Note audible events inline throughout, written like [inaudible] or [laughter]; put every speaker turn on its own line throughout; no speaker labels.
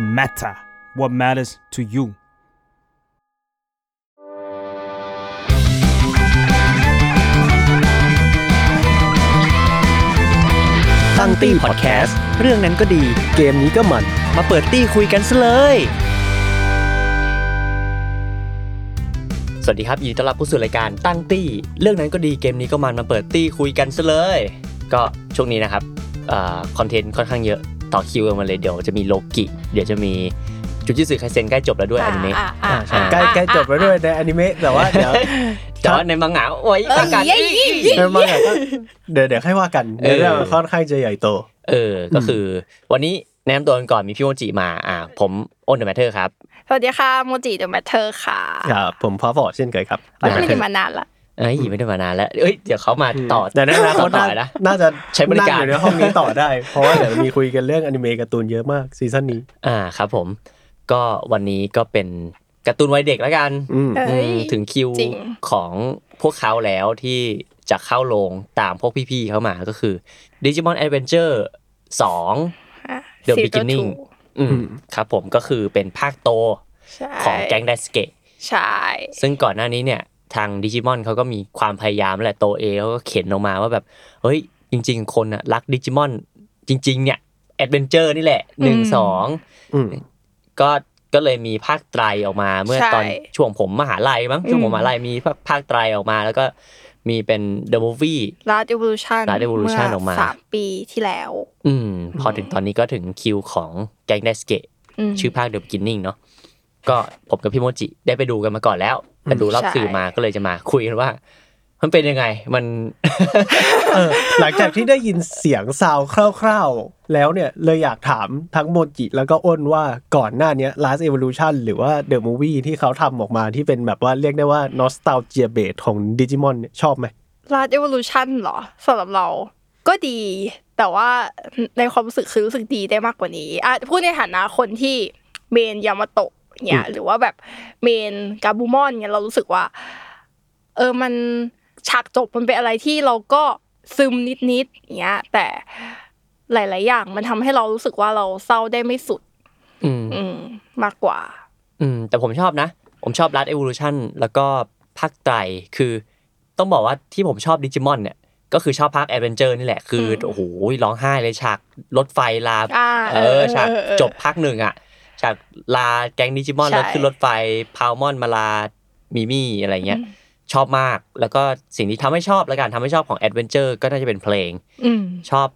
matter what matters to you
ตั้งตี้พอดแคสต์เรื่องนั้นก็ดี เกมนี้ก็มัน มาเปิดตี้คุยกันซะเลย สวัสดีครับยินดีต้อนรับผู้สู่รายการตั้งตี้ เรื่องนั้นก็ดีเกมนี้ก็มันมาเปิดตี้คุยกันซะเลย ก็ช่วงนี้นะครับคอนเทนต์ค่อนข้างเยอะต่อคิวกันมาเลยเดี๋ยวจะมีโลกิ เดี๋ยวจะมีจุดที่สื่อไคเซนใกล้จบแล้วด้วยอันนี้
าา
อ่าใช่
อ่า
ใกล้ใกล้จบแล้วด้วย
อ่า
ในอนิเมะแต่ว่าเดี๋ยว
แต่ว่าในมังงะโอ้ย
เอ้ย
ประกาศ
เย้เย้เย้
เดี๋ยวมาก่อนเดี๋ยวเดี๋ยวให้ว่ากันเดี๋ยวเรื่องมันค่อนข้างจะใหญ่โต
เออก็คือ วันนี้แนะนำตัวกันก่อนมีพี่โมจิมาอ่าผมโอนเดอะแมทเทอร์ครับ
สวัสดีค่ะโมจิเดอะแมทเทอร์ค่ะ
ครับผมพอฟอร์ดเช่นเคยครับ
อ่า
ไม่ได้มานานละ
เอ้ยไม่ได้มานานแล้ว เอ้ย เดี๋ยวเขามาต่อ
แต่ในอนาค
ต่
ต
อต่อนะ
น่าน่าจะ
ใช้บริการ
นั่งอยู่ในห้องนี้ต่อได้ เพราะว่าเดี๋ยวมีคุยกันเรื่องอนิเมะการ์ตูนเยอะมากซีซั่นนี้
อ่าครับผม ก็วันนี้ก็เป็นการ์ตูนวัยเด็กแล้วกัน
อืม
เอ้ย
อืมถึงคิว
จริง
ของพวกเขาแล้วที่จะเข้าลงตามพวกพี่ๆเข้ามาก็คือ Digimon Adventure 2
อ่ะ
The
Zero
Beginning
Two
อืมครับผมก็คือเป็นภาคโต
ใช่
ของแก๊งไดสเกต
ใช่
ซึ่งก่อนหน้านี้เนี่ย ทางดิจิมอนเขาก็มีความพยายามแหละโตเอเขาก็เขียนออกมาว่าแบบ เฮ้ย จริง ๆ คนอะรักดิจิมอนจริง ๆ เนี่ยแอดเวนเจอร์นี่แหละหนึ่งสอง
อืม
ก็ก็เลยมีภาคไตรออกมาเมื่อ
ใช่
ตอนช่วงผมมหาลัยมั้งช่วงผมมหาลัยมีภาคภาคไตรออกมา แล้วก็มีเป็น The Movie
รัดเอวูชัน
Last Evolution ออกมา
สามปีที่แล้ว
อืมพอถึงตอนนี้ก็ถึงคิวของแก๊งเดสเกต
ม
ชื่อภาค The Beginning เนาะก็ผมกับพี่โมจิได้ไปดูกันมาก่อนแล้วไปดูรอบ
ใช่
สื่อมาก็เลยจะมาคุยกันว่า มันเป็นยังไงมัน
เออหลังจากที่ได้ยินเสียงซาวด์คร่าวๆ แล้วเนี่ย เลยอยากถามทั้งโมจิแล้วก็อ้นว่าก่อนหน้าเนี้ย Last Evolution หรือว่า The Movie ที่เขาทำออกมาที่เป็นแบบว่าเรียกได้ว่า Nostalgia Base ของ Digimon เนี่ยชอบไหม
รัดเอวูชันเหรอสำหรับเราก็ดี แต่ว่าในความรู้สึกคือรู้สึกดีได้มากกว่านี้อ่ะพูดในฐานะคนที่เมนยามาโตะเนี่ยหรือว่าแบบเมนกาบูมอนเนี่ยเรารู้สึกว่า เออมันฉากจบมันเป็นอะไรที่เราก็ซึมนิดๆอย่างเงี้ย แต่หลาย ๆ อย่างมันทำให้เรารู้สึกว่าเราเศร้าได้ไม่สุด
อืม
อืมมากกว่า
อืมแต่ผมชอบนะ ผมชอบรัดเอ o l ลูชันแล้วก็ภาคไตรคือ ต้องบอกว่าที่ผมชอบดิจิมอนเนี่ย ก็คือชอบภาคแอดเวนเจอร์นี่แหละ คืออ
ม
โอ้โหร้องไห้เลยฉากรถไฟลา
อ่า
เอ
เอ
อ
อ
ฉาก
เออเออ
จบภาคหนึ่งอ่ะฉากลาแก๊งดิจิมอน
ใช่
แล้วขึ้นรถไฟพาวมอนมาลามิมี่อะไรเงี้ย ชอบมากแล้วก็สิ่งที่ทำให้ชอบแล้วกันทำให้ชอบของแอดเวนเจอร์ก็น่าจะเป็นเพลง
อืม
ชอบ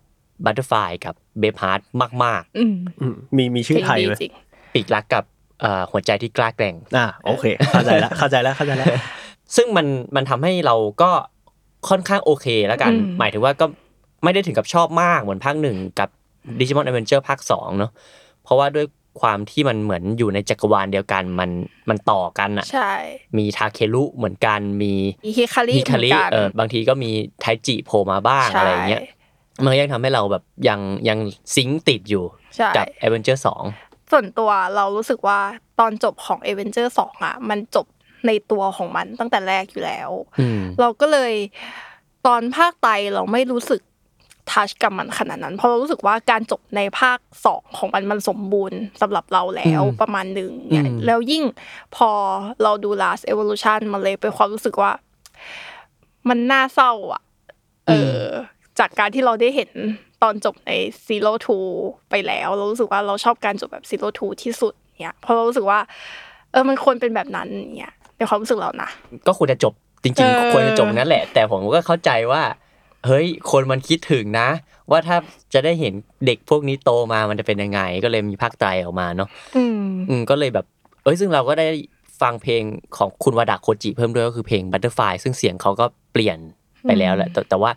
บัตเตอร์ฟลกับเบฟฮาร์ดมาก
อืม
อืมมีมีชื่อไทยไหม
จริง
ๆ ปีกรักกับเอ่อหัวใจที่กล้าแกร่ง
อ่าโอเค เข้าใจแล้วเข้าใจแล้วเข้าใจแล้ว
ซึ่งมันมันทำให้เราก็ค่อนข้างโอเคแล้วกัน หมายถึงว่าก็ไม่ได้ถึงกับชอบมากเหมือนภาคหนึ่งกับดิจิมอนแอ v เวนเจอร์ภาคสองเนาะเพราะว่าด้วยความที่มันเหมือนอยู่ในจักรวาลเดียวกันมันมันต่อกันอะ
ๆใช่
มีทาเคลุเหมือนกันมี
มีฮิคาริ
มีคา
เหมื
ริ
อนกัน
เออบางทีก็มีไทจิโผล่มาบ้าง
ใช่
อะไรอย่างเงี้ยมันก็ยังทำให้เราแบบยังยังซิงค์ติดอยู่
ใช่
กับแอ v เวนเจอร์สอง
ส่วนตัวเรารู้สึกว่าตอนจบของ a อเวนเจอร์สองอ่ะ มันจบในตัวของมันตั้งแต่แรกอยู่แล้ว เราก็เลยตอนภาคไตเราไม่รู้สึกทัชกับมันขนาดนั้น เพราะเรารู้สึกว่าการจบในภาคสองของมันมันสมบูรณ์สำหรับเราแล้ว
อืม
ประมาณหนึ่งเนี่ย
อืม
แล้วยิ่งพอเราดู last evolution มันเลยเป็นความรู้สึกว่า มันน่าเศร้าอ่ะ เออจากการที่เราได้เห็นตอนจบใน Zero Two ไปแล้ว เรารู้สึกว่าเราชอบการจบแบบ Zero Two ที่สุดเนี่ยเพราะเรารู้สึกว่า เออมันควรเป็นแบบนั้นเนี่ยในความรู้สึกเรานะ
ก็ควรจะจบจริง
เออ
ๆ ควรจะจบนั่นแหละ แต่ผมก็เข้าใจว่า เฮ้ย คนมันคิดถึงนะ ว่าถ้าจะได้เห็นเด็กพวกนี้โตมามันจะเป็นยังไง ก็เลยมีภาคไตรออกมาเนาะอืมก็เลยแบบ เอ้ยซึ่งเราก็ได้ฟังเพลงของคุณวาดาโคจิเพิ่มด้วยก็คือเพลง Butterfly ซึ่งเสียงเขาก็เปลี่ยนไปแล้วแหละแต่แต่ว่า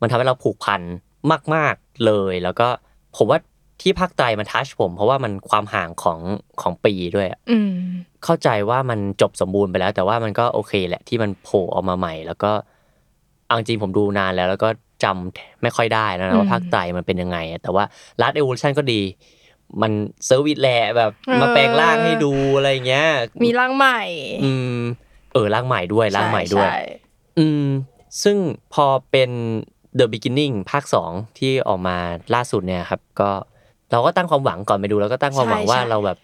มันทำให้เราผูกพันมาก ๆเลย แล้วก็ผมว่าที่ภาคไตรมันทัชผม เพราะว่ามันความห่างของของปีด้วยอะ
อืม
เข้าใจว่ามันจบสมบูรณ์ไปแล้ว แต่ว่ามันก็โอเคแหละที่มันโผล่ออกมาใหม่ แล้วก็เอาจริงผมดูนานแล้ว แล้วก็จำไม่ค่อยได้แล้วนะ
อืม
ว่าภาคไตรมันเป็นยังไงอะแต่ว่าลัดเอ o ว u ชันก็ดี มันเซอร์วิสแหละแบบ
เออ
มาแปลงร่างให้ดูอะไรอย่างเงี้ย
มีร่างใหม่
อืมเออร่างใหม่ด้วยร่างใหม่ด้วย
ใช่
อืมซึ่งพอเป็น The Beginning ภาค 2 ที่ออกมาล่าสุดเนี่ยครับ ก็ เราก็ตั้งความหวังก่อนไปดูเราก็ตั้งความหวัง
ใช่
ว่า
ใช่
เราแบบ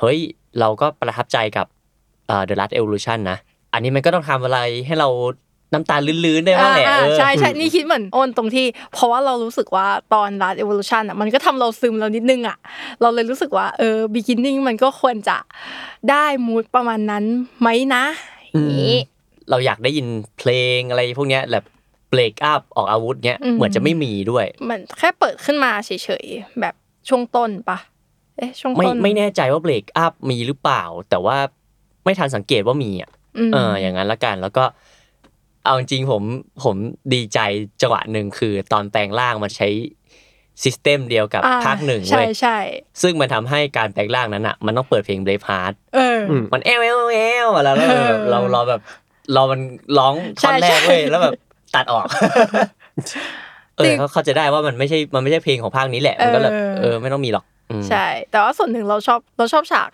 เฮ้ยเราก็ประทับใจกับเอ่อ The Last Evolution นะ อันนี้มันก็ต้องทำอะไรให้เราน้ำตาลื้นๆได้บ้างแหละ
อ่า
เออ
ใช่ใช่นี่คิดเหมือนโอนตรงที่ เพราะว่าเรารู้สึกว่าตอน last evolution อ่ะมันก็ทำเราซึมเรานิดนึงอ่ะ เราเลยรู้สึกว่าเออ beginning มันก็ควรจะได้มูดประมาณนั้นไหมนะอย่างนี้
เราอยากได้ยินเพลงอะไรพวกเนี้ยแบบเบรกอัพออกอาวุธเนี้ย
อืม
เหมือนจะไม่มีด้วย
มันแค่เปิดขึ้นมาเฉยๆ แบบช่วงต้นปะเอ๊ะช่วง
ไม่
ต้น
ไม่แน่ใจว่าเบรกอัพมีหรือเปล่า แต่ว่าไม่ทันสังเกตว่ามีอ่ะ
ม
เอออย่างนั้นละกันแล้วก็เอาจริงๆผมผมดีใจจังหวะหนึ่งคือตอนแปลงร่างมันใช้ซิสเต็มเดียวกับ
อ่
ภาคหนึ่ง
ใช่
เว้ย
ใช่
ซึ่งมันทำให้การแปลงร่างนั้นอ่ะมันต้องเปิดเพลงเบรฟฮาร์ด
เอออ
ม
มันเอลเอลเอลแล้วเราแบบ
เออ
เราเราแบบเรามันร้องท่อน
ใช่
แรกเว้ย
ใช่
แล้วแบบตัด
[laughs]
ออก เอ
จริ
อง เขาเขาใจะได้ว่ามันไม่ใช่ มันไม่ใช่เพลงของภาคนี้แหละ มันก็แบบ
เออ
เออไม่ต้องมีหรอกอืม
ใช่ แต่ว่าส่วนหนึ่งเราชอบเราชอบฉาก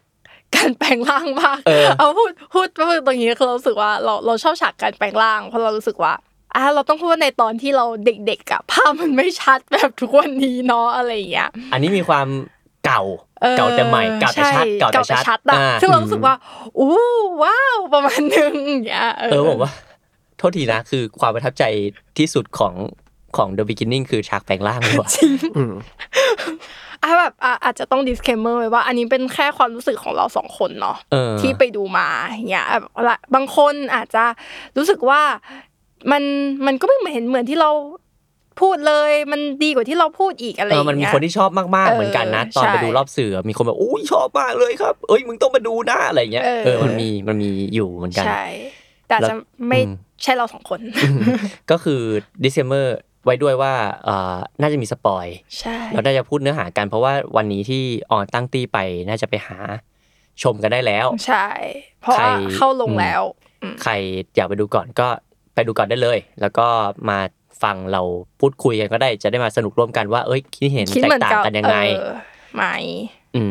การแปลงร่างมาก
เออ
เอาพูดพูดพูดตรงนี้คือเรารู้สึกว่าเราเราชอบฉากการแปลงร่าง เพราะเรารู้สึกว่าอ่ะเราต้องพูดว่าในตอนที่เราเด็กๆอะภาพมันไม่ชัดแบบทุกวันนี้เนาะอะไรอย่างเงี้ย
อันนี้มีความเก่า
ออ
เก่าแต่ใหม่ เก่าแต่ชัด
ใช่
เก่าแต่ชัด
อะ
อ่า
ซึ่งเรารู้สึกว่าอู้ว้าวประมาณหนึงอย่างเงี้ย
เออผมว่า โทษทีนะ คือความประทับใจที่สุดของของ The Beginning คือฉากแปลงร่างเลยว่ะ
อืม
อ่ะแบบอ่ะอาจจะต้อง disclaimer ไว้ว่า อันนี้เป็นแค่ความรู้สึกของเราสองคนเนาะ
เออ
ที่ไปดูมาอย่างเงี้ยแบบละบางคนอาจจะรู้สึกว่ามันมันก็ไม่เหมือนเหมือนที่เราพูดเลย มันดีกว่าที่เราพูดอีกอะไร
เออ
อ
ย่าง มันมี
เงี้ย
คนที่ชอบมากๆ เหมือนกันนะ
เออ
ตอนไป
ใช่
ดูรอบสื่อมีคนแบบอุ้ยชอบมากเลยครับ เอ้ยมึงต้องมาดูนะอะไรเงี้ย
เออ
เออมันมีมันมีอยู่เหมือนกัน
ใช่ แต่อาจจะไม่
อืม
ใช่เราสองคน [laughs]
ก็คือ December ไว้ด้วยว่าเอ่อน่าจะมีสปอย
ใช่
เราน่าจะพูดเนื้อหากันเพราะว่าวันนี้ที่ออนตั้งตี้ไปน่าจะไปหาชมกันได้แล้ว
ใช่ เพราะว่า
ใคร
เข้าลงแล้ว
ใครอยากไปดูก่อนก็ไปดูก่อนได้เลย แล้วก็มาฟังเราพูดคุยกันก็ได้จะได้มาสนุกร่วมกันว่าเอ้ยคิดเห็น
คิด
แต
เหมื
ก
อน
ต่าง
กับ
กันยังไง
เออไหม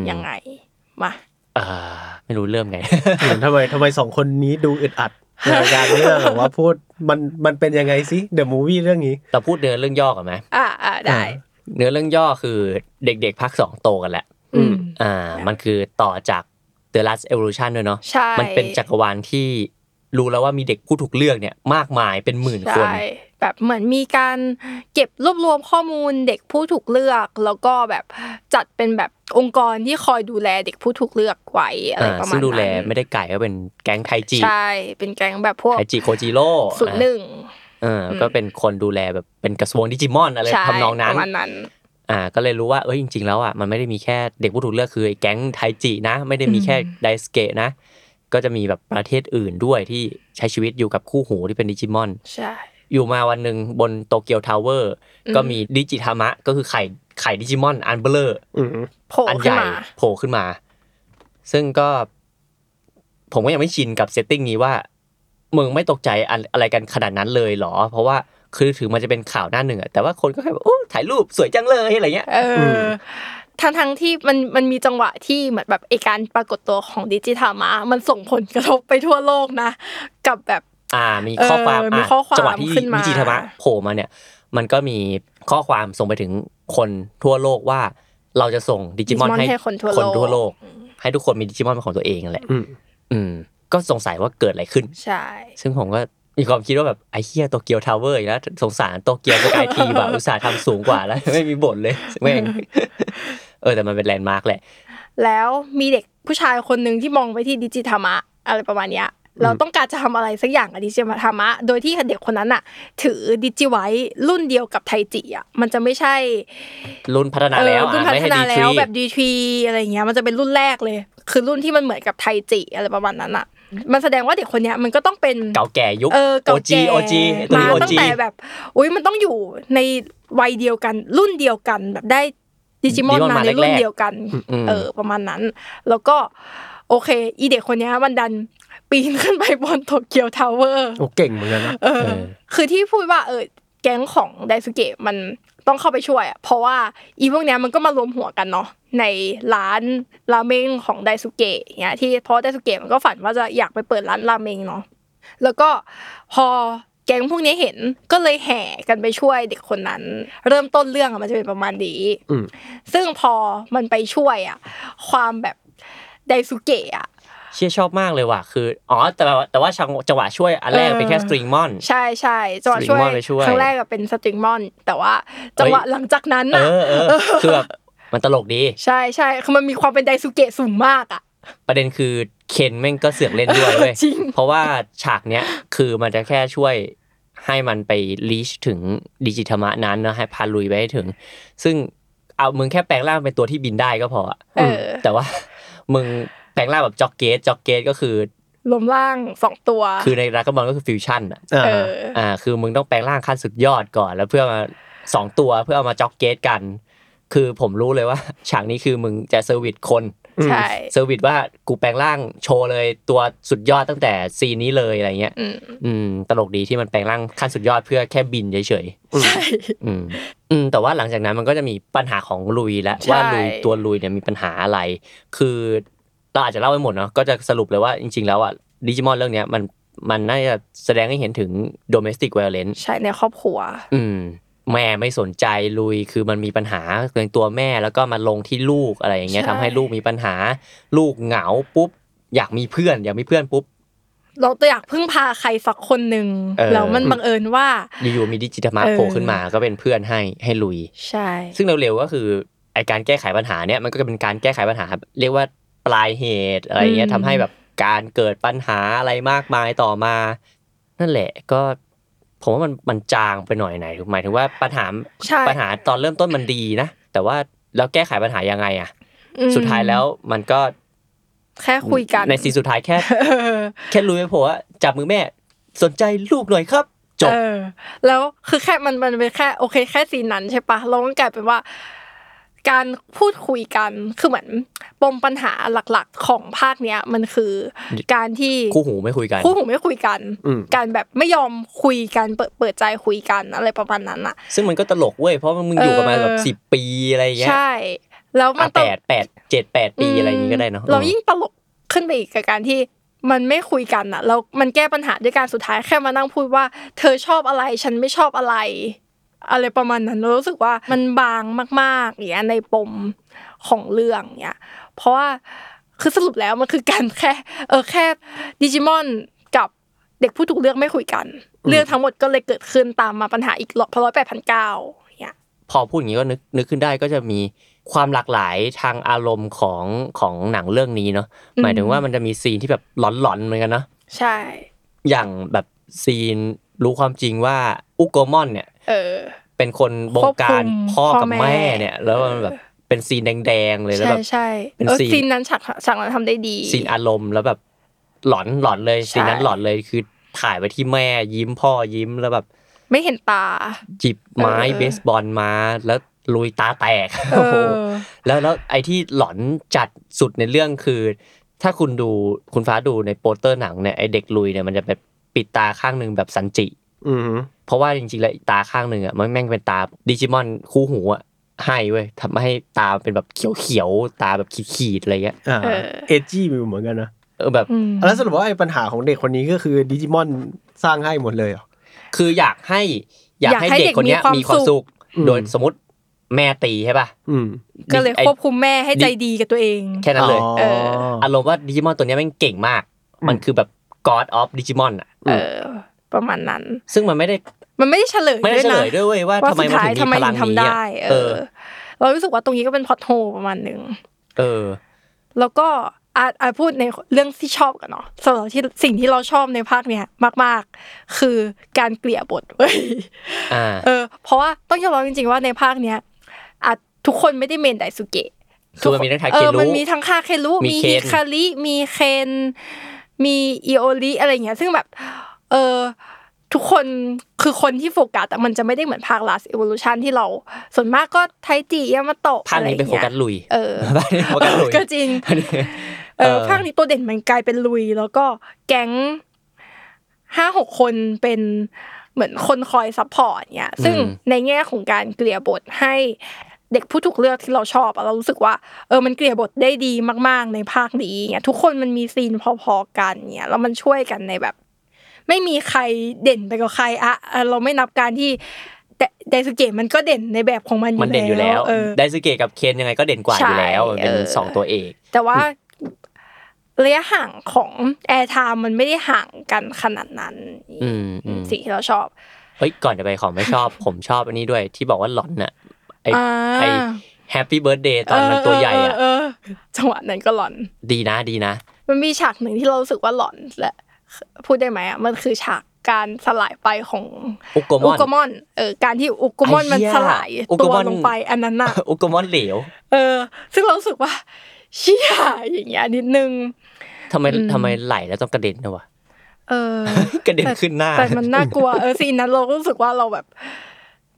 ม
ยังไงมา
เออไม่รู้เริ่มไง [laughs]
อืมทำไมทำไมสองคนนี้ดูอึดอัดในรายการเรื่องหรือว่าพูดมันมันเป็นยังไงสิเดอะมูวี่เรื่องนี้
เราพูดเนื้อเรื่องย่อก่อนไหม
อ่าอ่าได้
เนื้อเรื่องย่อคือเด็กๆภาคสองโตกันแหละ
อื
อื
ม
ม
อ่ามันคือต่อจาก The Last Evolution ด้วยเนาะ
ใช่
มันเป็นจักรวาลที่รู้แล้วว่ามีเด็กผู้ถูกเลือกเนี่ยมากมายเป็นหมื่นคน
ใช่แบบเหมือนมีการเก็บรวบรวมข้อมูลเด็กผู้ถูกเลือก แล้วก็แบบจัดเป็นแบบองค์กรที่คอยดูแลเด็กผู้ถูกเลือกไว้อะไร
อ่า
ประมาณ
ซึ่
นั้
ง
น
ดูแลไม่ได้ไก่ก็เป็นแก๊งไทจิ
ใช่เป็นแก๊งแบบพวก
ไทจิโคจิโร่
สุดหนึ่ง
เอออ
ม
ก็เป็นคนดูแลแบบเป็นกระทรวงดิจิมอนอะไร
ใช่
ทำนองนั้
ป
น
ระมาณนั้น
อ่าก็เลยรู้ว่าเอ้ยจริง ๆ แล้วอ่ะมันไม่ได้มีแค่เด็กผู้ถูกเลือกคือไอ้แก๊งไทจินะ ไม่ได้มีแค่
อืม
ไดสเกะนะ ก็จะมีแบบประเทศอื่นด้วยที่ใช้ชีวิตอยู่กับคู่หูที่เป็นดิจิมอน
ใช่
อยู่มาวันหนึ่งบนโตเกียวทาวเวอร์
อืม
ก็มีดิจิทามะก็คือไข่ไข่ดิจิมอนอันเบลเลอร์
อืม
โผล่
อันให
ขึ้น
ญ่
มา
โผล่ขึ้นมา ซึ่งก็ ผมก็ยังไม่ชินกับเซตติ้งนี้ว่ามึงไม่ตกใจอะอะไรกันขนาดนั้นเลยเหรอ เพราะว่าคือถึงมันจะเป็นข่าวหน้าหนึ่งอะแต่ว่าคนก็แค่แบบโอ้ถ่ายรูปสวยจังเลยอะไรเงี้ย
เออทั้งทั้งๆที่มันมันมีจังหวะที่เหมือนแบบไอการปรากฏตัวของดิจิทัลมามันส่งผลกระทบไปทั่วโลกนะ กับแบบ
อ่า มีข้อความ
เออมี
อ่ะ
ข้อความ
จังหวะที่
ขึ้นมา
มิจิธรรมะโผล่มาเนี่ย มันก็มีข้อความส่งไปถึงคนทั่วโลกว่า เราจะส่งดิจิมอนให้
คนทั่ว
คนทั่ว
โล
โล
ก
ก ให้ทุกคนมีดิจิมอนเป็นของตัวเองนั่นแหละ
อืม
อืม ก็สงสัยว่าเกิดอะไรขึ้น
ใช่
ซึ่งผมก็มีความคิดว่าแบบไอ้เฮียโตเกียวทาวเวอร์อีกแล้วสงสารโตเกียวสกายที
[laughs]
ว่ะ อุตส่าห์ทำสูงกว่าแล้ว [laughs] ไม่มีบทเลยแม่ง [laughs] เออแต่มันเป็นแลนด์มาร์กแหละ
แล้วมีเด็กผู้ชายคนหนึ่งที่มองไปที่ดิจิธรรมะอะไรประมาณเนี้ย เราต้องการจะทำอะไรสักอย่างกับดิจิธรรมะ โดยที่เด็กคนนั้นน่ะ ถือดิจิไว้รุ่นเดียวกับไทจิอ่ะมันจะไม่ใช่
รุ่นพัฒนา
เออ
แล้ว
รุ่น
อ่ะ
พั
ไม่
ฒ
ให้
นา
ดีท
แล้
รี
วแบบดีทรีอะไรอย่างเงี้ยมันจะเป็นรุ่นแรกเลย คือรุ่นที่มันเหมือนกับไทจิอะไรประมาณนั้นอ่ะ มันแสดงว่าเด็กคนเนี้ยมันก็ต้องเป็น
เก่าแก่ยุค
เออ
โอ
เก่า
จี
แก่
โอจีตัว
มา
นี้โอ
ตั้ง
จี
แต่แบบอุ้ยมันต้องอยู่ในวัยเดียวกัน รุ่นเดียวกันแบบได้ดิจิมอนมาในรุ่นเดียวกัน เออประมาณนั้น แล้วก็โอเค อีเด็กคนเนี้ยมันดันปีนขึ้นไปบนโตเกียวทาวเวอร์
โอ้เก่งเหมือนกันนะ
เออ คือที่พูดว่าเออแก๊งของไดสุเกะมันต้องเข้าไปช่วยอะเพราะว่าอีพวกเนี้ยมันก็มารวมหัวกันเนาะในร้านราเมงของไดสุเกะอย่างเงี้ยที่เพราะไดสุเกะมันก็ฝันว่าจะอยากไปเปิดร้านราเมงเนาะแล้วก็พอ แก๊งพวกนี้เห็นก็เลยแห่กันไปช่วยเด็กคนนั้น เริ่มต้นเรื่องอะมันจะเป็นประมาณนี้
อืม
ซึ่งพอมันไปช่วยอ่ะ ความแบบไดสุเกะอ่ะ
เชี่ยชอบมากเลยว่ะคืออ๋อแต่ว่าแต่ว่าจังหวะช่วยอันแรกเป็นแค่
เออ
สตริงมอน
ใช่ใช่จังหวะ
สตริ
ช่
ง
ว
มอนไปช่วย
ยครั้งแรกอะเป็นสตริงมอน แต่ว่าจังหวะ
เฮ้ย
หลังจากนั้น
เอ
อะ
อเออคือแบบมันตลกดี
ใช่ใช่คือมันมีความเป็นไดสุเกะสูงมากอ่ะ
ประเด็นคือเคนแม่งก็เสือกเล่นด้วยเว้ย
จริง
เพราะว่าฉากเนี้ยคือมันจะแค่ช่วยให้มันไปลีชถึงดิจิธรรมะนั้นนะให้พาลุยไปให้ถึง ซึ่งเอามึงแค่แปลงร่างเป็นตัวที่บินได้ก็พออะ
เออ
แต่ว่า มึงแปลงร่างแบบจ็อกเกตจ็อกเกตก็คือ
ลมล่างสองตัว
คือในรักบอลก็คือฟิวชั่นอ่ะ
อ่า
เออ
อ่าคือมึงต้องแปลงร่างขั้นสุดยอดก่อน แล้วเพื่อมาสองตัวเพื่อเอามาจ็อกเกตกัน คือผมรู้เลยว่า ฉากนี้คือมึงจะเซอร์วิสคน
ใช่
เซอร์วิสว่ากูแปลงร่างโชว์เลยตัวสุดยอดตั้งแต่ซีนนี้เลยอะไรเงี้ย
อืม
อืม ตลกดีที่มันแปลงร่างขั้นสุดยอดเพื่อแค่บินเฉย
ใช่
ๆอืมอืม แต่ว่าหลังจากนั้นมันก็จะมีปัญหาของลุยและ
ใช่
ว่าลุยตัวลุยเนี่ยมีปัญหาอะไร คือเราอาจจะเล่าไปหมดเนาะก็จะสรุปเลยว่าจริง ๆ แล้วอ่ะดิจิมอนเรื่องเนี้ยมันมันน่าจะแสดงให้เห็นถึง domestic violence
ใช่ในครอบครัว
อืมแม่ไม่สนใจลุยคือมันมีปัญหาในตัวแม่แล้วก็มาลงที่ลูกอะไรอย่างเงี้ย
ใช่
ทำให้ลูกมีปัญหา ลูกเหงาปุ๊บ อยากมีเพื่อน อยากมีเพื่อนปุ๊บ
เราตัวอยากพึ่งพาใครสักคนหนึ่ง
เออ
แล้วมันบังเอิญว่า
อยู่ๆมีดิจิทัลมา
เออ
โผล่ขึ้นมาก็เป็นเพื่อนให้ให้ลุย
ใช่
ซึ่งเร็วๆก็คือไอการแก้ไขปัญหาเนี่ยมันก็เป็นการแก้ไขปัญหา เรียกว่าปลายเหตุอะไรเงี้ยทำให้แบบการเกิดปัญหาอะไรมากมายต่อมา นั่นแหละก็ผมว่ามันมันจางไปหน่อยไหนหมายถึงว่าปัญหา
ใช่
ปัญหาตอนเริ่มต้นมันดีนะ แต่ว่าแล้วแก้ไขปัญหายังไงอะ
อืม
สุดท้ายแล้วมันก็
แค่คุยกัน
ในซีนสุดท้ายแค่
เออ
แค่รู้ไว้ผมว่าจับมือแม่สนใจลูกหน่อยครับ จบ
เออแล้วคือแค่มันมันเป็นแค่โอเคแค่ซีนนั้นใช่ปะเราก็กลายเป็นว่า การพูดคุยกันคือเหมือนปมปัญหาหลักๆของภาคเนี้ยมันคือการที่
คู่หูไม่คุยกัน
คู่หูไม่คุยกัน
อืม
การแบบไม่ยอมคุยกันเปิดเปิดใจคุยกันอะไรประมาณนั้นอะ
ซึ่งมันก็ตลกเว้ยเพราะมึงอ
เอออ
ยู่กันมาแบบสิบ10 ปีอะไรอย่างเงี้ย
ใช่ แล้วมัน
อ่ะ
ต
แป
ล
ด
ก
แปดเจ็ดแปดปีอะไรอย่างงี้ก็ได้เนาะ
เรายิ่งตลกขึ้นไปอีกกับการที่มันไม่คุยกันอ่ะแล้วมันแก้ปัญหาด้วยการสุดท้ายแค่มานั่งพูดว่า เธอชอบอะไรฉันไม่ชอบอะไร อะไรประมาณนั้นเรารู้สึกว่ามันบางมากๆอย่างเงี้ยในปมของเรื่องเนี้ยเพราะว่าคือสรุปแล้วมันคือการแค่เออแค่ดิจิมอนกับเด็กผู้ถูกเลือกไม่คุยกัน เรื่องทั้งหมดก็เลยเกิดขึ้นตามมาปัญหาอีกร้อยแปดพันเก้าอย่างเงี้ย
พอพูดอย่างงี้ก็นึกนึกขึ้นได้ก็จะมีความหลากหลายทางอารมณ์ของของหนังเรื่องนี้เนาะหมายถึงว่ามันจะมีซีนที่แบบหลอนๆเหมือนกันเนาะ
ใช่
อย่างแบบซีนรู้ความจริงว่าอุกโกมอนเนี่ย
เออ
เป็นคนบงการ
ควบคุม
พ่อกับ
พ่อแม่
แม่เนี่ย แล้วมันแบบเป็นซีนแดงๆเลยแล้ว
ใช่
แบบ
ใช่
เป็น
เออ
ซีน
ซีนนั้นฉากฉากนั้นทำได้ดี
ซีนอารมณ์แล้วแบบหลอนหลอนเลย
ใช่
ซีนนั้นหลอนเลยคือถ่ายไปที่แม่ยิ้มพ่อยิ้มแล้วแบบ
ไม่เห็นตา
จิบไม้
เออ
เบสบอลมาแล้วลุยตาแตก
เอ
โอ้โห
อ
แล้วแล้วไอ้ที่หลอนจัดสุดในเรื่องคือ ถ้าคุณดูคุณฟ้าดูในโปสเตอร์หนังเนี่ยไอ้เด็กลุยเนี่ยมันจะแบบปิดตาข้างหนึ่งแบบสันจิ
อืม
เพราะว่าจริงๆแล้วตาข้างหนึ่งอ่ะมันแม่งเป็นตาดิจิมอนคู่หูอ่ะให้เว้ยทำให้ตาเป็นแบบเขียวๆตาแบบขีดๆอะไรเงี้ย
อ่า
เออ
เอจี้มิวเหมือนกันนะ
เออแบบ
อืม
แล้วสรุปว่าไอ้ปัญหาของเด็กคนนี้ก็คือดิจิมอนสร้างให้หมดเลยเหรอ
คืออยากให้อยากให้เด็กคนเนี้ยมีความสุข
อืม
โดยสมมติแม่ตีใช่ป่ะ
อืม
ก็เลย
ไอ้
ควบคุมแม่ให้ใจดีกับตัวเอง
แค่นั้นเลย
อ๋อ
เอ
อารมณ์ว่าดิจิมอนตัวเนี้ยแม่งเก่งมาก
อืม
มันคือแบบ God of Digimon อ่ะ
เออ ประมาณนั้น
ซึ่งมันไม่ได้
มันไม่ได้เฉลย
ไม่ได้
ด้วย
เฉล
นะ
ยด้วยเวยว่า
ว่า
ทำไม
สุด
มัน
ท้าย
ถึง
ทำไม
มีพลัง
ถึง
นี้อะ
ทำได้ เอ
เอ
อ
อ
เรารู้สึกว่าตรงนี้ก็เป็นพอดโฮประมาณหนึ่ง
เออ
แล้วก็อาจอาจพูดในเรื่องที่ชอบกันเนาะสำหรับที่สิ่งที่เราชอบในภาคเนี้ยมาก ๆ คือการเกลี่ยบทเว้ย
อ่า
เออเพราะว่าต้องยอมรับจริงๆว่าในภาคเนี้ยอาจทุกคนไม่ได้เมนไดสุเกะ
คือมันมีทั้งทาเค
เอ
รุ
อมันมีทั้งคาเครุ
มี
มี
เคน
ฮิคาริมีเคนมีอิโอริอะไรอย่างเงี้ยซึ่งแบบเออทุกคนคือคนที่โฟกัสแต่มันจะไม่ได้เหมือนภาค last evolution ที่เรา ส่วนมากก็ไทจิยามาโตะ
ภาค
อะไรอ
นี้
ย่าง
เป็นโฟ
เงี้
กั
ย
สลุย
เออ
ภาคนี้โฟกัสลุย
ก็จริง เออ
เออ
ภาคนี้ตัวเด่นมันกลายเป็นลุย แล้วก็แก๊งห้าหกคนเป็นเหมือนคนคอยซัพพอร์ตเนี่ยซึ่ง
อืม
ในแง่ของการเกลี่ยบทให้เด็กผู้ถูกเลือกที่เราชอบอะเรารู้สึกว่าเออมันเกลี่ยบทได้ดีมาก ๆ ในภาคนี้เนี่ยทุกคนมันมีซีนพอๆกันเนี่ยแล้วมันช่วยกันในแบบ ไม่มีใครเด่นไปกว่าใครอะอ่ะเราไม่นับการที่แต่ไดสุเกะมันก็เด่นในแบบของมัน
[laughs] มันเด่นอยู่แล้ว
เออ
ไดซูเกะกับเคนยังไงก็เด่นกว่าอยู่แล้ว
ใช่
มันเป็น
เออ
สองตัวเอก
แต่ว่าระยะห่างของแอร์ไทม์มันไม่ได้ห่างกันขนาดนั้น
อืมอืม
สิ่งที่เราชอบ
เฮ้ยก่อนจะไปของไม่ชอบ [laughs] ผมชอบอันนี้ด้วย ที่บอกว่าหลอนน่ะ ไอ
อ่า
ไอแฮปปี้เบิร์ดเดย์ตอนมันตัวใหญ่อ่ะ
เเเเออจังหวะนั้นก็หลอน
ดีนะดีนะ
มันมีฉากหนึ่งที่เรารู้สึกว่าหลอนแหละพูดได้ไหมอ่ะมันคือฉากการสลายไปของ
อุกโกม
อุ
อน
กมอนเออการที่อุกมอน
ไอ้เหี้ย
มันสลาย
อุก
ตั
โก
ว
มอน
ลงไปอันนั้น
[laughs]
น่ะ
อุกโกมอนเหลว
เออ ซึ่งเรารู้สึกว่าเชี่ยอย่างเงี้ยนิดนึง
ทำไม
อืม
ทำไมไหลแล้วต้องกระเด็นนะวะ
เออ
กระเด็นขึ้นหน้า
แต่มันน่ากลัวเออซีนนั้นเราก็รู้สึกว่าเราแบบ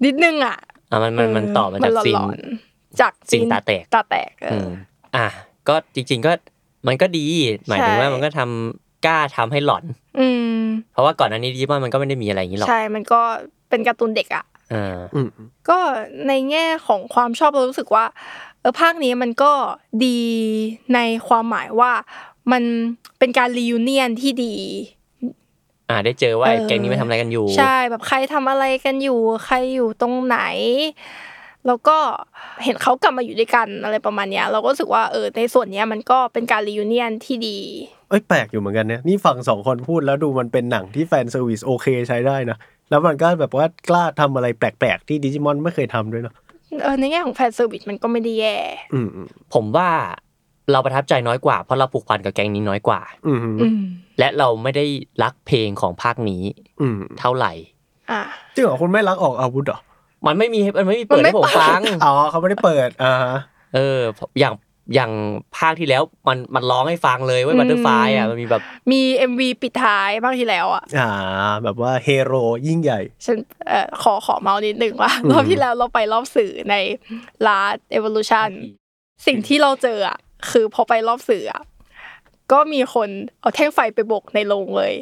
นิดนึงอ่ะ
อ่ะมันมันมัน
เ
ต่อมาจาก
หลอ
ซีน
นๆจาก
ซีนตาแตก
ตาแตกเอ
อื
อ
ม
อ
อ่ะก็จริง ๆก็มันก็ดี หมายถึงว่า
ใช่
มันก็ทำกล้าทำให้หลอน
อืม
เพราะว่าก่อนหน้านี้ดิจิมอนมันก็ไม่ได้มีอะไรอย่างนี้หรอก
ใช่มันก็เป็นการ์ตูนเด็กอ่ะ
เออ
อืม
ก็ในแง่ของความชอบเรารู้สึกว่าเออภาคนี้มันก็ดีในความหมายว่ามันเป็นการรี u n เนียนที่ดี
อ่าได้เจอว่าไอ้
เออ
แก๊งนี้ไม่ทำอะไรกันอยู่
ใช่แบบใครทำอะไรกันอยู่ใครอยู่ตรงไหน แล้วก็เห็นเขากลับมาอยู่ด้วยกันอะไรประมาณเนี้ย เราก็รู้สึกว่าเออในส่วนเนี้ยมันก็เป็นการรี u n เนียนที่ดี
เอ้ยแปลกอยู่เหมือนกันเนี่ยนี่ฝั่งสองคนพูดแล้วดูมันเป็นหนังที่แฟนเซอร์วิสโอเคใช้ได้นะแล้วมันก็แบบว่ากล้าทำอะไรแปลกๆ ที่ดิจิมอนไม่เคยทำด้วยเนาะ
เออในแง่ของแฟนเซอร์วิสมันก็ไม่ได้แย่
อืมอืม
ผมว่าเราประทับใจน้อยกว่า เพราะเราผูกพันกับแก๊งนี้น้อยกว่า
อืม
อืม
และเราไม่ได้รักเพลงของภาคนี้
อืม
เท่าไหร่
อ่ะ
จริงเหรอคุณไม่รักออกอาวุธเหรอ
มันไม่มีมันไม่มีเปิ
มั
ด
นไม่
ให้ผม
เปิด
ฟัง
อ๋อเขาไม่ได้เปิดอ่าฮะ
เออ อย่างอย่างภาคที่แล้วมันมันร้องให้ฟังเลยเว่า
อืม
บัตเตอร์ไฟอ่ะมันมีแบบ
มี MV ปิดท้ายบ้างที่แล้วอ่ะ
อ่า แบบว่าเฮโร่ยิ่งใหญ่
ฉันเอ่อขอขอเมาส์นิดนึงว่า รอบที่แล้วเราไปรอบสื่อใน Last Evolution สิ่งที่เราเจออะคือพอไปรอบสื่ออะก็มีคนเอาแท่งไฟไปโบกในโรงเลย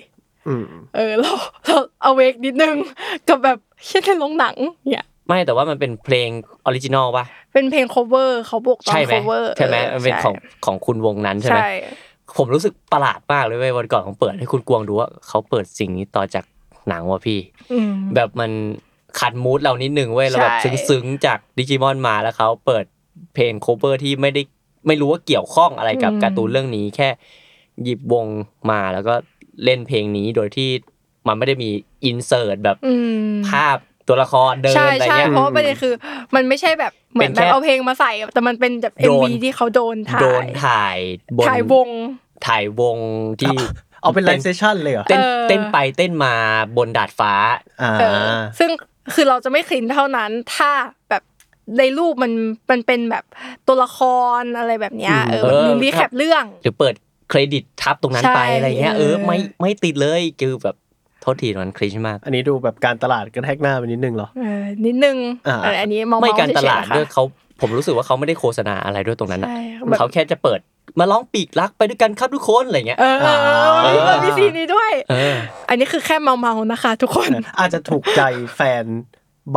อืม
เอ [laughs] อเราเราเอาเวกนิดนึง [laughs] กับแบบเช่นในโรงหนังเนี่ย
ไม่แต่ว่ามันเป็นเพลงออริจินอลป่ะ
เป็นเพลง cover เขาโบกตอน
ใช่ไหม
cover
ใช่ไหม
ออ
มันเป็นของของคุณวงนั้นใช่ไหม
ใช่
ผมรู้สึกประหลาดมากเลยเว้ยวันก่อนผมเปิดให้คุณกวงดูว่าเขาเปิดสิ่งนี้ต่อจากหนังว่ะพี่
อืม
แบบมันขัดมูดเรานิดนึงเว้ยเราแบบ
ใช่
ซึ้งๆจากดิจิมอนมาแล้วเขาเปิดเพลงโคเ e อร์ที่ไม่ได้ไม่รู้ว่าเกี่ยวข้องอะไรกับการ์ตูนเรื่องนี้แค่หยิบวงมาแล้วก็เล่นเพลงนี้โดยที่มันไม่ได้มีอินเสิร์ตแบบ
อืม
ภาพตัวละครเดิน
ใช่
อะไร
ใช่
เงี้ย
เพราะว่าประเด็นคือ มันไม่ใช่แบบเหมือน
เป็น
แบ
แค่
บเอาเพลงมาใส่ แต่มันเป็นแบบ
โด
MV
น
ที่เขาโดนถ่าย
โดนถ่ายบน
ถ่ายวง
ถ่ายวงที่
เอาเป็นไลฟ์เซสชั่นเลยเหรอ
เต้น
เออ
เต้นไปเต้นมาบนดาดฟ้า
อ่า
เออซึ่งคือเราจะไม่คลินเท่านั้น ถ้าแบบในรูปมันมันเป็นแบบตัวละครอะไรแบบเนี้ย
อืม
เออแบบ
เออ
หรือรีแค
ครั
ป
บ
เรื่อง
หรือเปิดเครดิตทับตรงนั้นไป
ใช่
อะไรเงี้ย
เอ
เอ
อ
อไม่ไม่ติดเลยคือแบบโทษทีตรงนั้นคลิชมาก
อันนี้ดูแบบการตลาดกระแทกหน้าไปนิดนึงเหรอ
เออนิดนึง
อ่า
เอออันนี้มอง
ไม่
ๆ
การตลาด
เฉๆนะคะ
ด้วยเขาผมรู้สึกว่าเขาไม่ได้โฆษณาอะไรด้วยตรงนั้นอะ
ใช่แบบ
เขาแค่จะเปิดมาร้องปีกรักไปด้วยกันครับทุกคนอะไรเงี้ย
เออเออเออมัน
อ่า
มีมันมีซีนนี้ด้วย
เออ
อันนี้คือแค่เมาเมาๆนะคะ ทุกคน
[laughs] อาจจะถูกใจแฟน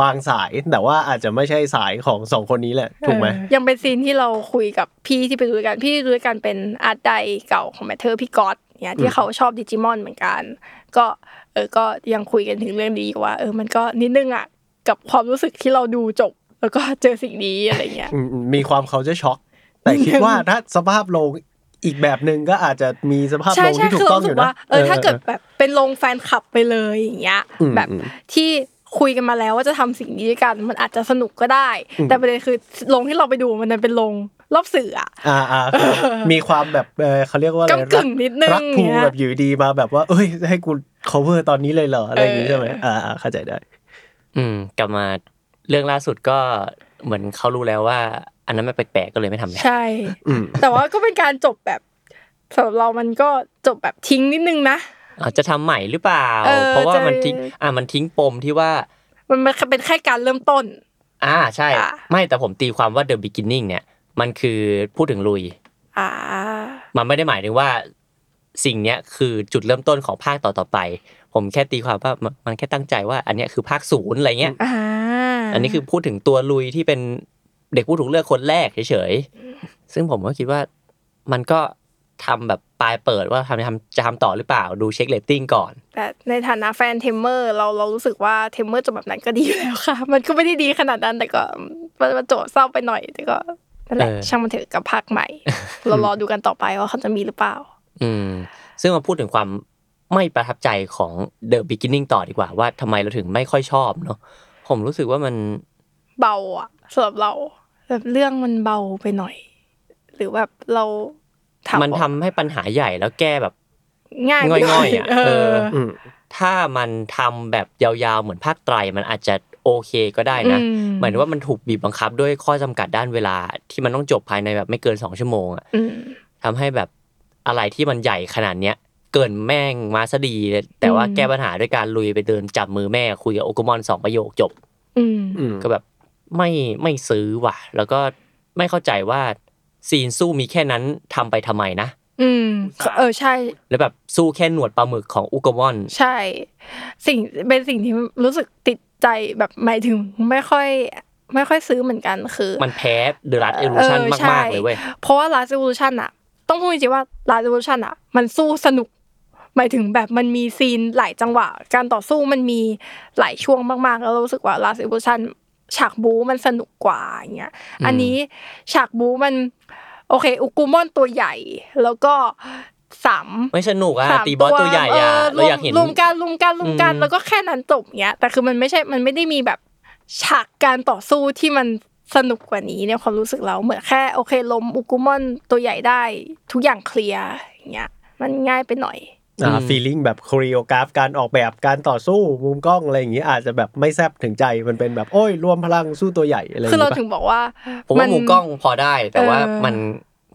บางสาย แต่ว่าอาจจะไม่ใช่สายของสองคนนี้แหละ ถูกไหม
เออยังเป็นซีนที่เราคุยกับพี่ที่ไปดูด้วยกันพี่ดูด้วยกันเป็นอาร์ตไดเก่าของแมทเธอร์พี่ก๊อตเนี่ยที่เขาชอบดิจิมอนเหมือนกัน ก็เออก็ยังคุยกันถึงเรื่องนี้อยู่ว่า เออมันก็นิดนึงอ่ะกับความรู้สึกที่เราดูจบ แล้วก็เจอสิ่งนี้อะไรเงี้ย
อืมอืมมีความเขาจะช็อก แต่คิดว่าถ้าสภาพโลงอีกแบบหนึ่งก็อาจจะมีสภาพ
ใช่
โลง
ใช่
ที่ถู
คื
ก
อ
ต้
เรา
องอ
รู้สึ
ยู่
กว่า
นะ
เออถ้าเกิด
ออ
แบบเป็นลงแฟนคลับไปเลยอย่างเงี้ย
อืม
แบบ
อืม
ที่คุยกันมาแล้วว่าจะทำสิ่งนี้ด้วยกัน มันอาจจะสนุกก็ได้
อืม
แต่ประเด็นคือลงที่เราไปดูมันดันเป็นลงรอบสื่ออะ
อ่า
[laughs]
อ่าคือมีความแบบเออเขาเรียกว่าอะไร
กำกึ่งนิดนึง
รักภู
เนี่ย
แบบอยู่ดีมาแบบว่า เอ้ย ให้กู cover ตอนนี้เลยเหรอ อะไรอย่างงี้ใช่ไหมอ่าอ่าเข้าใจได้
อืมกลับมาเรื่องล่าสุดก็เหมือนเขารู้แล้วว่า อันนั้นมันแปลกๆก็เลยไม่ทำแล้ว
ใช่
อืม
แต่ว่าก็เป็นการจบแบบสำหรับเรามันก็จบแบบทิ้งนิดนึงนะ
อ่ะจะทำใหม่หรือเปล่า
เออ
เพราะว่า
จะ
มันทิ้งอ่ะมันทิ้งปมที่ว่า
มันมันเป็นแค่การเริ่มต้น
อ่าใช่
อ่ะ
ไม่แต่ผมตีความว่า The Beginning เนี่ย มันคือพูดถึงลุย
อ่า
มันไม่ได้หมายถึงว่าสิ่งเนี้ยคือจุดเริ่มต้นของภาคต่อๆไป ผมแค่ตีความว่ามันมันแค่ตั้งใจว่า อันเนี้ยคือภาคศูนย์อะไรเงี้ย
อ่า
อันนี้คือพูดถึงตัวลุยที่เป็นเด็กผู้ถูกเลือกคนแรกเฉยๆ ซึ่งผมก็คิดว่ามันก็ ทำแบบปลายเปิดว่าทำจะทำจะทำต่อหรือเปล่าดูเช็คเรตติ้งก่อน
แต่ในฐานะแฟนเทมเมอร์เราเรารู้สึกว่าเทมเมอร์จบแบบนั้นก็ดีอยู่แล้วค่ะ [laughs] มันก็ไม่ได้ดีขนาดนั้นแต่ก็มันมันโจทย์เศร้าไปหน่อยแต่ก็นั่นแหละ
เออ
ช่างมันเถอะกับภาค
[laughs]
ใหม่ เรารอดูกันต่อไปว่าเขาจะมีหรือเปล่า
อืมซึ่งมาพูดถึงความไม่ประทับใจของ The Beginning ต่อดีกว่า ว่าทำไมเราถึงไม่ค่อยชอบเนาะผมรู้สึกว่ามัน
เบาอะสำหรับเราแบบเรื่องมันเบาไปหน่อย หรือแบบเราถา
มันทำให้ปัญหาใหญ่แล้วแก้แบบ
ง่ายไปห
ง่อยๆอะ
เอ
เอ
อ
อ
อืม
ถ้ามันทำแบบยาวๆ เหมือนภาคไตรมันอาจจะโอเคก็ได้นะ
อืม
หมายถึงว่ามันถูกบีบบังคับด้วยข้อจำกัดด้านเวลา ที่มันต้องจบภายในแบบไม่เกินสองชั่วโมงอะ
อืม
ทำให้แบบอะไรที่มันใหญ่ขนาดเนี้ยเกินแม่งมาซะดี แต่ว่า
อืม
แก้ปัญหาด้วยการลุยไปเดินจับมือแม่คุยกับโอเกมอนสองประโยคจบ
อืม
อืม
ก็แบบไม่ไม่ซื้อว่ะ แล้วก็ไม่เข้าใจว่าซีนสู้มีแค่นั้นทำไปทำไมนะ
อืม เออใช่
แล้วแบบสู้แค่หนวดปลาหมึกของอุกมอน
ใช่ สิ่งเป็นสิ่งที่รู้สึกติดใจแบบหมายถึงไม่ค่อย ไม่ค่อยซื้อเหมือนกันคือ
มันแพ้เดอะรัตเอลูชัน
เออใช่
มาก ๆ เลยเว้ย
เพราะว่า last evolution อะต้องพูดจริงๆว่า last evolution อะมันสู้สนุก หมายถึงแบบมันมีซีนหลายจังหวะ การต่อสู้มันมีหลายช่วงมากๆ แล้วเรารู้สึกว่า last evolution ฉากบู๊มันสนุกกว่าอย่างเงี้ย
อืม
อันนี้ฉากบู๊มัน โอเค อุกุมอนตัวใหญ่ แล้วก็สาม
ไม่สนุกอ่ะ
สาม
ตีบอสตัวใหญ่อ่ะ
เอ
เราอยากเห็น
ลุมกันลุมกันลุมกัน
อืม
แล้วก็แค่นั้นจบเนี้ยแต่คือมันไม่ใช่มันไม่ได้มีแบบฉากการต่อสู้ที่มันสนุกกว่านี้ในความรู้สึกเราเหมือนแค่โอเคลมอุกุมอนตัวใหญ่ได้ ทุกอย่างเคลียร์อย่างเงี้ยมันง่ายไปหน่อย
อ่าฟีลิ่งแบบค o ร e โอกราฟการออกแบบการต่อสู้มุมกล้องอะไรอย่างงี้อาจจะแบบไม่แซบถึงใจมันเป็นแบบโอ้ยรวมพลังสู้ตัวใหญ่อะไรอย่า
คืองเรา
งี้ปะ
ถึงบอกว่า
ผมว่าหมูกล้องพอได้ แต่ว่า
เออ
มัน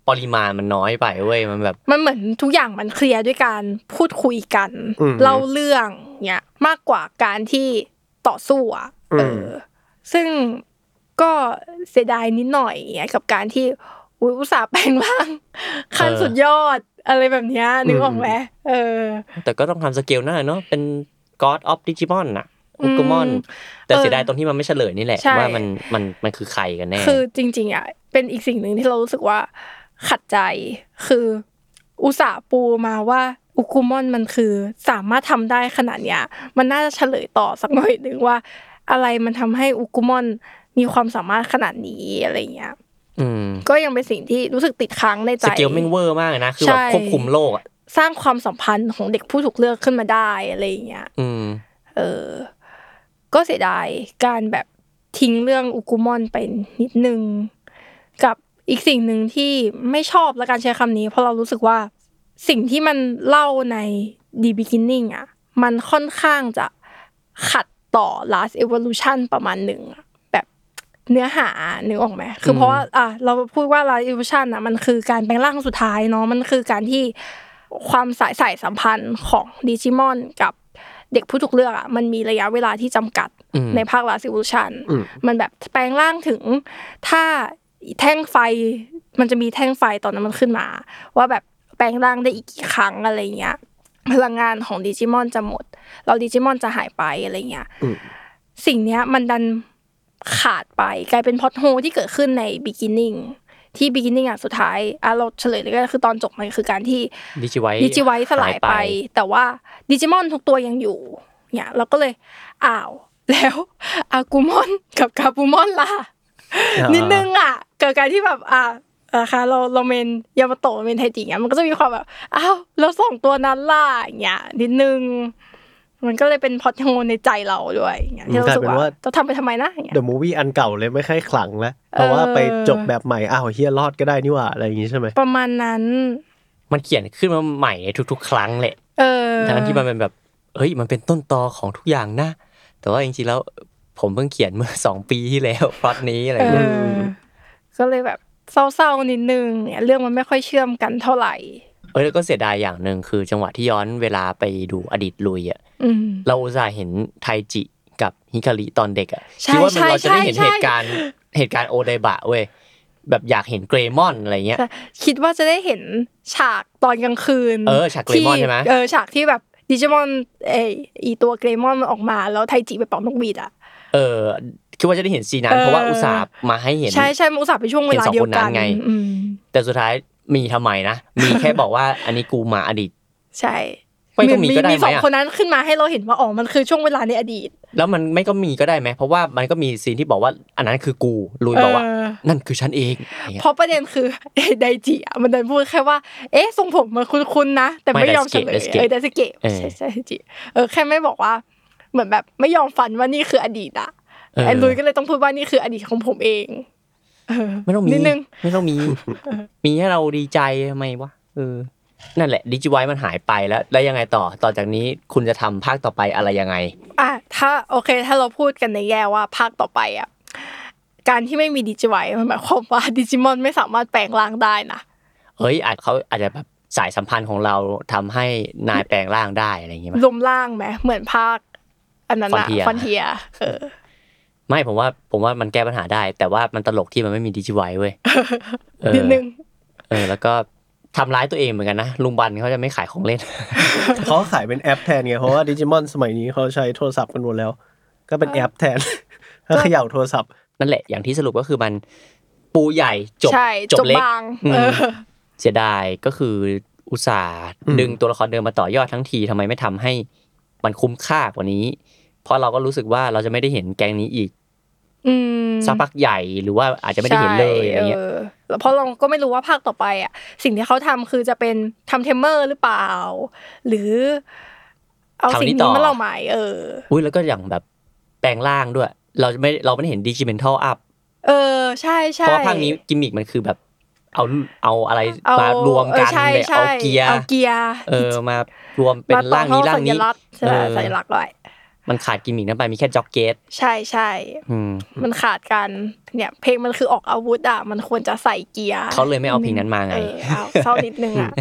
ปริมาณมันน้อยไปเว้ย มันแบบ
มันเหมือนทุกอย่างมันเคลียร์ด้วยการพูดคุยกัน
อืม
เล่าเรื่องเนี้ยมากกว่าการที่ต่อสู้อ่ะเอออ
ม
ซึ่งก็เสียดายนิดหน่อยเงี้ยกับการที่อุ๊ยอุตส่าห์แปลงร่าง [laughs] ขั้นสุดยอดอะไรแบบเนี้ยนึกออกไหมเออ
แต่ก็ต้องทำสเกลหน้าเนาะ เป็น God of Digimon อ่ะอุกมอน
อืม
แต่
เออ
เสียดายตรงที่มันไม่เฉลยนี่แหละ
ใช่
ว่ามันมันมันคือใครกันแน่
คือจริง ๆอ่ะเป็นอีกสิ่งหนึ่งที่เรารู้สึกว่าขัดใจคืออุตส่าห์ปูมาว่าอุกุมอนมันคือสามารถทำได้ขนาดเนี้ยมันน่าจะเฉลยต่อสักหน่อยหนึ่งว่า อะไรมันทำให้อุกุมอนมีความสามารถขนาดนี้อะไรเงี้ย
อืม
ก็ยังเป็นสิ่งที่รู้สึกติดค้างในใจ
สเกลแม่งเวอร์มากเลยนะ คือแบบ
ใช่
ควบคุมโลกอะ
สร้างความสัมพันธ์ของเด็กผู้ถูกเลือกขึ้นมาได้อะไรเงี้ย
อืม
เออ ก็เสียดายการแบบทิ้งเรื่องอุกุมอนไปนิดนึง กับอีกสิ่งหนึ่งที่ไม่ชอบและการใช้คำนี้ เพราะเรารู้สึกว่าสิ่งที่มันเล่าใน The Beginning อ่ะ มันค่อนข้างจะขัดต่อ Last Evolution ประมาณหนึ่งอะแบบเนื้อหานึกออกไหมคือเพราะว่าอ่ะเราพูดว่า Last Evolution อ่ะมันคือการแปลงร่างสุดท้ายเนาะมันคือการที่ความสายสายสัมพันธ์ของดิจิมอนกับเด็กผู้ถูกเลือกอ่ะมันมีระยะเวลาที่จำกัด
อืม
ในภาค Last Evolution
อืม
มันแบบแปลงร่างถึง ถ้าแท่งไฟมันจะมีแท่งไฟตอนนั้นมันขึ้นมา ว่าแบบแปลงร่างได้อีกกี่ครั้งอะไรเงี้ยพลังงานของดิจิมอนจะหมด เราดิจิมอนจะหายไปอะไรเงี้ย
อืม
สิ่งเนี้ยมันดันขาดไปกลายเป็นพอดโฮที่เกิดขึ้นใน beginning ที่ beginning อ่ะสุดท้ายอ่ะเราเฉลยเลยก็ได้คือตอนจบมันคือการที่
ดิจิไว
ดิจิไวท์สลายไป แต่ว่าดิจิมอนทุกตัวยังอยู่ เนี่ยเราก็เลยอ้าว [laughs] แล้วอากูมอนกับกาปูมอนล่ะ นิดนึงอ่ะเกิดการที่แบบอ่ะนะคะเราเราเมนยามาโตะเมนไทจิเงี้ยมันก็จะมีความแบบอ้าวแล้วสองตัวนั้นล่ะอย่างเงี้ยนิดนึง มันก็เลยเป็นพล็อดโฮลในใจเราด้วยอย่างเงี้ยที่เรารู้สึก
กลายเป็น
ว่า
ว่า
จะทำไปทำไมนะอย่างเงี้ย
เดอะมูวี่อันเก่าเลยไม่ค่อยขลังแล้วเพราะว่าไปจบแบบใหม่อ้าวเฮียรอดก็ได้นี่หว่าอะไรอย่างงี้ใช่ไหม
[laughs] ประมาณนั้น
มันเขียนขึ้นมาใหม่ในทุก ๆ ครั้งแหละ
เออ
ทั้งที่มันเป็นแบบ เฮ้ย มันเป็นต้นตอของทุกอย่างนะ แต่ว่าจริงๆ แล้วผมเพิ่งเขียนเมื่อ [laughs] สองปีที่แล้ว พล็อตนี้อะไร
เอ
เงี้ย
อก็เลยแบบเศร้าๆนิดนึงเนี่ยเรื่องมันไม่ค่อยเชื่อมกันเท่าไหร่
เอ้ย แล้วก็เสียดายอย่างหนึ่งคือจังหวะที่ย้อนเวลาไปดูอดีตลุยอะ
อืม
เราอุตส่าห์เห็นไทจิกับฮิคาริตอนเด็กอะ
ใช่
คิดว่ามัน
ใช่
เราจะได้เห็น
ใช่
เหตุการณ์เหตุการณ์โอไดบะเว้ย แบบอยากเห็นเกรมอนอะไรเงี้ย
แต่คิดว่าจะได้เห็นฉากตอนกลางคืน
เออฉากเกรมอนใช่ไหม
ที่เออฉากที่แบบดิจิมอนเอออีตัวเกรมอนมันออกมาแล้วไทจิไปเป่านกหวีดอ่ะ
เออ คิดว่าจะได้เห็นซีนนั้นเพราะว่าอุตส่าห์มาให้เห็น
ใช่ใช่มันอุตส่าห์ไปช่วงเวลา
เห็นสอง
เดียว
คนนั้
กัน
นไง
อืม
แต่สุดท้าย มีทำไมนะ มีแค่บอกว่าอันนี้กูมาอดีต
ใช่
ไม่ต้องมีก็ได้ไหมอะ
มีสองคนนั้นขึ้นมาให้เราเห็นว่าอ๋อมันคือช่วงเวลาในอดีต
แล้วมันไม่ก็มีก็ได้ไหม เพราะว่ามันก็มีซีนที่บอกว่าอันนั้นคือกูลุยบอกว่า
เออ
นั่นคือฉันเองอย่างเงี้ย
เพราะประเด็นคือ [laughs] ไดจิอะมันเดินพูดแค่ว่า เอ๊ะทรงผมมันคุ้นๆนะ แต่
ไม่
ไม่ยอมเฉลย
Daisuke Daisuke
เออไดสเกะ
เออ
ใช่ใช่ไดจิเออแค่ไม่บอกว่า เหมือนแบบไม่ยอมฟันว่านี่คืออดีตอะ
เออ
ไอ้ลุยก็เลยต้องพูดว่านี่คืออดีตของผมเองเออ
ไม่ต้องมี
นิดนึง
ไม่ต้องมี
[laughs]
มีให้เราดีใจทำไมวะเออนั่นแหละดิจิไวมันหายไปแล้ว แล้วยังไงต่อต่อจากนี้คุณจะทำภาคต่อไปอะไรยังไง
อ่ะถ้าโอเค ถ้าเราพูดกันในแง่ว่าภาคต่อไปอ่ะการที่ไม่มีดิจิไวมันหมายความว่าดิจิมอนไม่สามารถแปลงร่างได้นะ
เฮ้ยอาจเขาอาจจะแบบสายสัมพันธ์ของเราทำให้นายแปลงร่างได้อะไรอย่างเงี้ยมั้ย
รวมร่างไหมเหมือนภาค อันนั้นอะ
Frontier
ฟอนเทียเออ
ไม่ผมว่าผมว่ามันแก้ปัญหาได้ แต่ว่ามันตลกที่มันไม่มีดิจิไวเว้ยเออ
นิดนึง
เออ แล้วก็ทำร้ายตัวเองเหมือนกันนะลุงบันเขาจะไม่ขายของเล่น
เขาขายเป็นแอปแทนไงเพราะว่าดิจิมอนสมัยนี้เขาใช้โทรศัพท์กันหมดแล้ว ก็เป็นแอปแทน [laughs] แล้วเขย่าโทรศัพท์
นั่นแหละอย่างที่สรุปก็คือมันปูใหญ่จบ
ใช่
จบเล็ก
บาง
อืม
เออ
เสียดายก็คืออุตส่าห์
อืม
ดึงตัวละครเดิมมาต่อยอดทั้งทีทำไมไม่ทำให้มันคุ้มค่ากว่านี้ เพราะเราก็รู้สึกว่าเราจะไม่ได้เห็นแกงนี้อีก
อืม
สักพักใหญ่หรือว่าอาจจะไม่ได้เห็นเลยอะไรเงี้ย
ใช่ออแล้วเพราะเราก็ไม่รู้ว่าภาคต่อไปอ่ะ สิ่งที่เขาทำคือจะเป็นทำเทมเมอร์หรือเปล่า หรือ เอาสิ่ง
ทำนี้ต่
นี้
อ
มาเล่าใหม่ เออ
อุ้ยแล้วก็อย่างแบบแปลงร่างด้วย เราจะไม่เราไม่ได้เห็นดิจิเมนทัลอัพ
เออ ใช่
เพ
ใช่
ราะว่าภาคนี้กิมมิกมันคือแบบเอาเอาอะไร
เอ
มารวมกัน
ออใช่
แบบ
ใช่
เอาเกียร์
เอาเกียร์
เออมารวมเป็นร่างนี้ร่างนี้
มต่อเข้สัญลักษณ์ใช่ไหม
เออ
สัญลักษณ์ไว้
มันขาดกิมมิกนั้นไปมีแค่จ็อกเกต
ใช่ใช่
อืม
มันขาดกันเนี่ย เพลงมันคือออกอาวุธอ่ะมันควรจะใส่เกียร์
เขาเลยไม่เอาเพลงนั้นมาไง
เออเอาเศร้านิดนึง
[laughs]
อ่ะ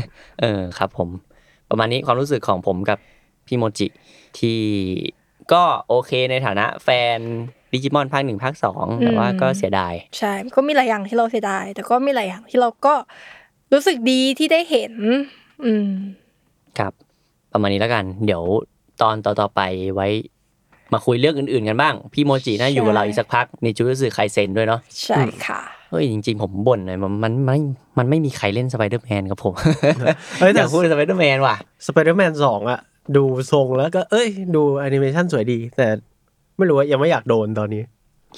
เออครับผมประมาณนี้ความรู้สึกของผมกับพี่โมจิที่ก็โอเคในฐานะแฟนดิจิมอนภาคหนึ่งภาคสองแต่ว่าก็เสียดาย
ใช่ก็มีหลายอย่างที่เราเสียดาย แต่ก็มีหลายอย่างที่เราก็รู้สึกดีที่ได้เห็น อืม
ครับ ประมาณนี้แล้วกัน เดี๋ยวตอนต่อๆไปไว้ มาคุยเรื่องอื่นๆกันบ้าง พี่โมจิน่า
ใช่
อยู่กับเราอีกสักพักมีจูรุสึไคเซนด้วยเนาะ
ใช่ค่ะ
เฮ้ยจริงๆผมบ่นหน่อยมันมันไม่มันไม่มีใครเล่นสไปเดอร์แมนกับผม [laughs]
เฮ้ย
อ
แต่
ยากพูดสไปเดอร์แมนว่ะ
สไปเดอร์แมนสองอะดูทรงแล้วก็เอ้ย ดูแอนิเมชันสวยดี แต่ไม่รู้ว่ายังไม่อยากโดนตอนนี้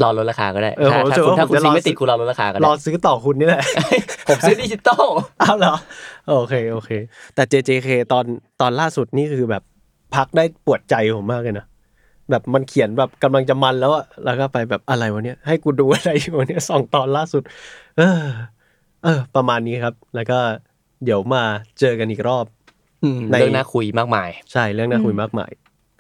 รอลดราคาก็ได้
เออ
ถ้า
ผมรู้สึก
ถ้าคุณ
ว่าผมจะรอ
ถ้าคุณซีไม่ติดคุณรอลดราคาก็
ร
ได้
อซื้อต่อคุณนี่แหละ [laughs]
[laughs] ผมซื้อดิจิตอล
อ้าวเหรอ โอเค โอเค แต่ JJK ตอนตอนล่าสุดนี่คือแบบพักได้ปวดใจผมมากเลยนะ แบบมันเขียนแบบกำลังจะมันแล้วอะแล้วก็ไปแบบอะไรวะเนี่ยให้กูดูอะไรอยู่วะเนี่ยสองตอนล่าสุด เออ เออ ประมาณนี้ครับ แล้วก็เดี๋ยวมาเจอกันอีกรอบ
อืม
ใน
เรื่องน่าคุยมากมาย
ใช่เรื่องน่าคุยมากมาย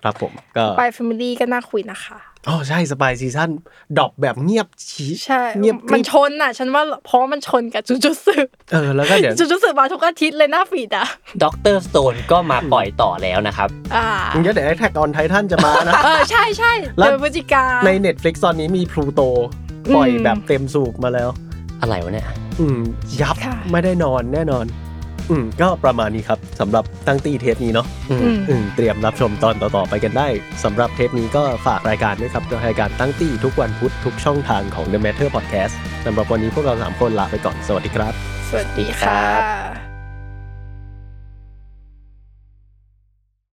ครับผม ก็
ไปแฟมิลี่ก็น่าคุยนะคะ
อ๋อใช่สปายซีซั่นดรอปแบบเงียบชี้
ใช่
เงียบ
มันชนอ่ะ ฉันว่าเพราะมันชนกับจุจุ
[laughs]
สึ
เออแล้วก็เดี๋ยว
จุจุสึมาทุกอาทิตย์เลยหน้าฟีดอ่ะ
ด็อกเตอร์สโตนก็มาปล่อยต่อแล้วนะครับ
อ่า
เดี๋ยวเดี๋ยวแท็กออนไททันจะมานะ
เออใช่ใช่
แล้ว
เดือนพฤศจิกา
ใน Netflix ตอนนี้มีพลูโตปล่อย
อืม
แบบเต็มสูบมาแล้ว
อะไรวะเนี่ย
อืม ยับ
ค่ะ
ไม่ได้นอนแน่นอน อืม ก็ประมาณนี้ครับสำหรับตั้งตีเทปนี้เนาะ
อืม
อืม
อืม เตรียมรับชมตอนต่อ ๆ ไปกันได้สำหรับเทปนี้ก็ฝากรายการด้วยครับโดยรายการตั้งตีทุกวันพุธทุกช่องทางของ The Matter Podcast สำหรับวันนี้พวกเรา 3 คนลาไปก่อน สวัสดีครับ
สวัสดีค่ะ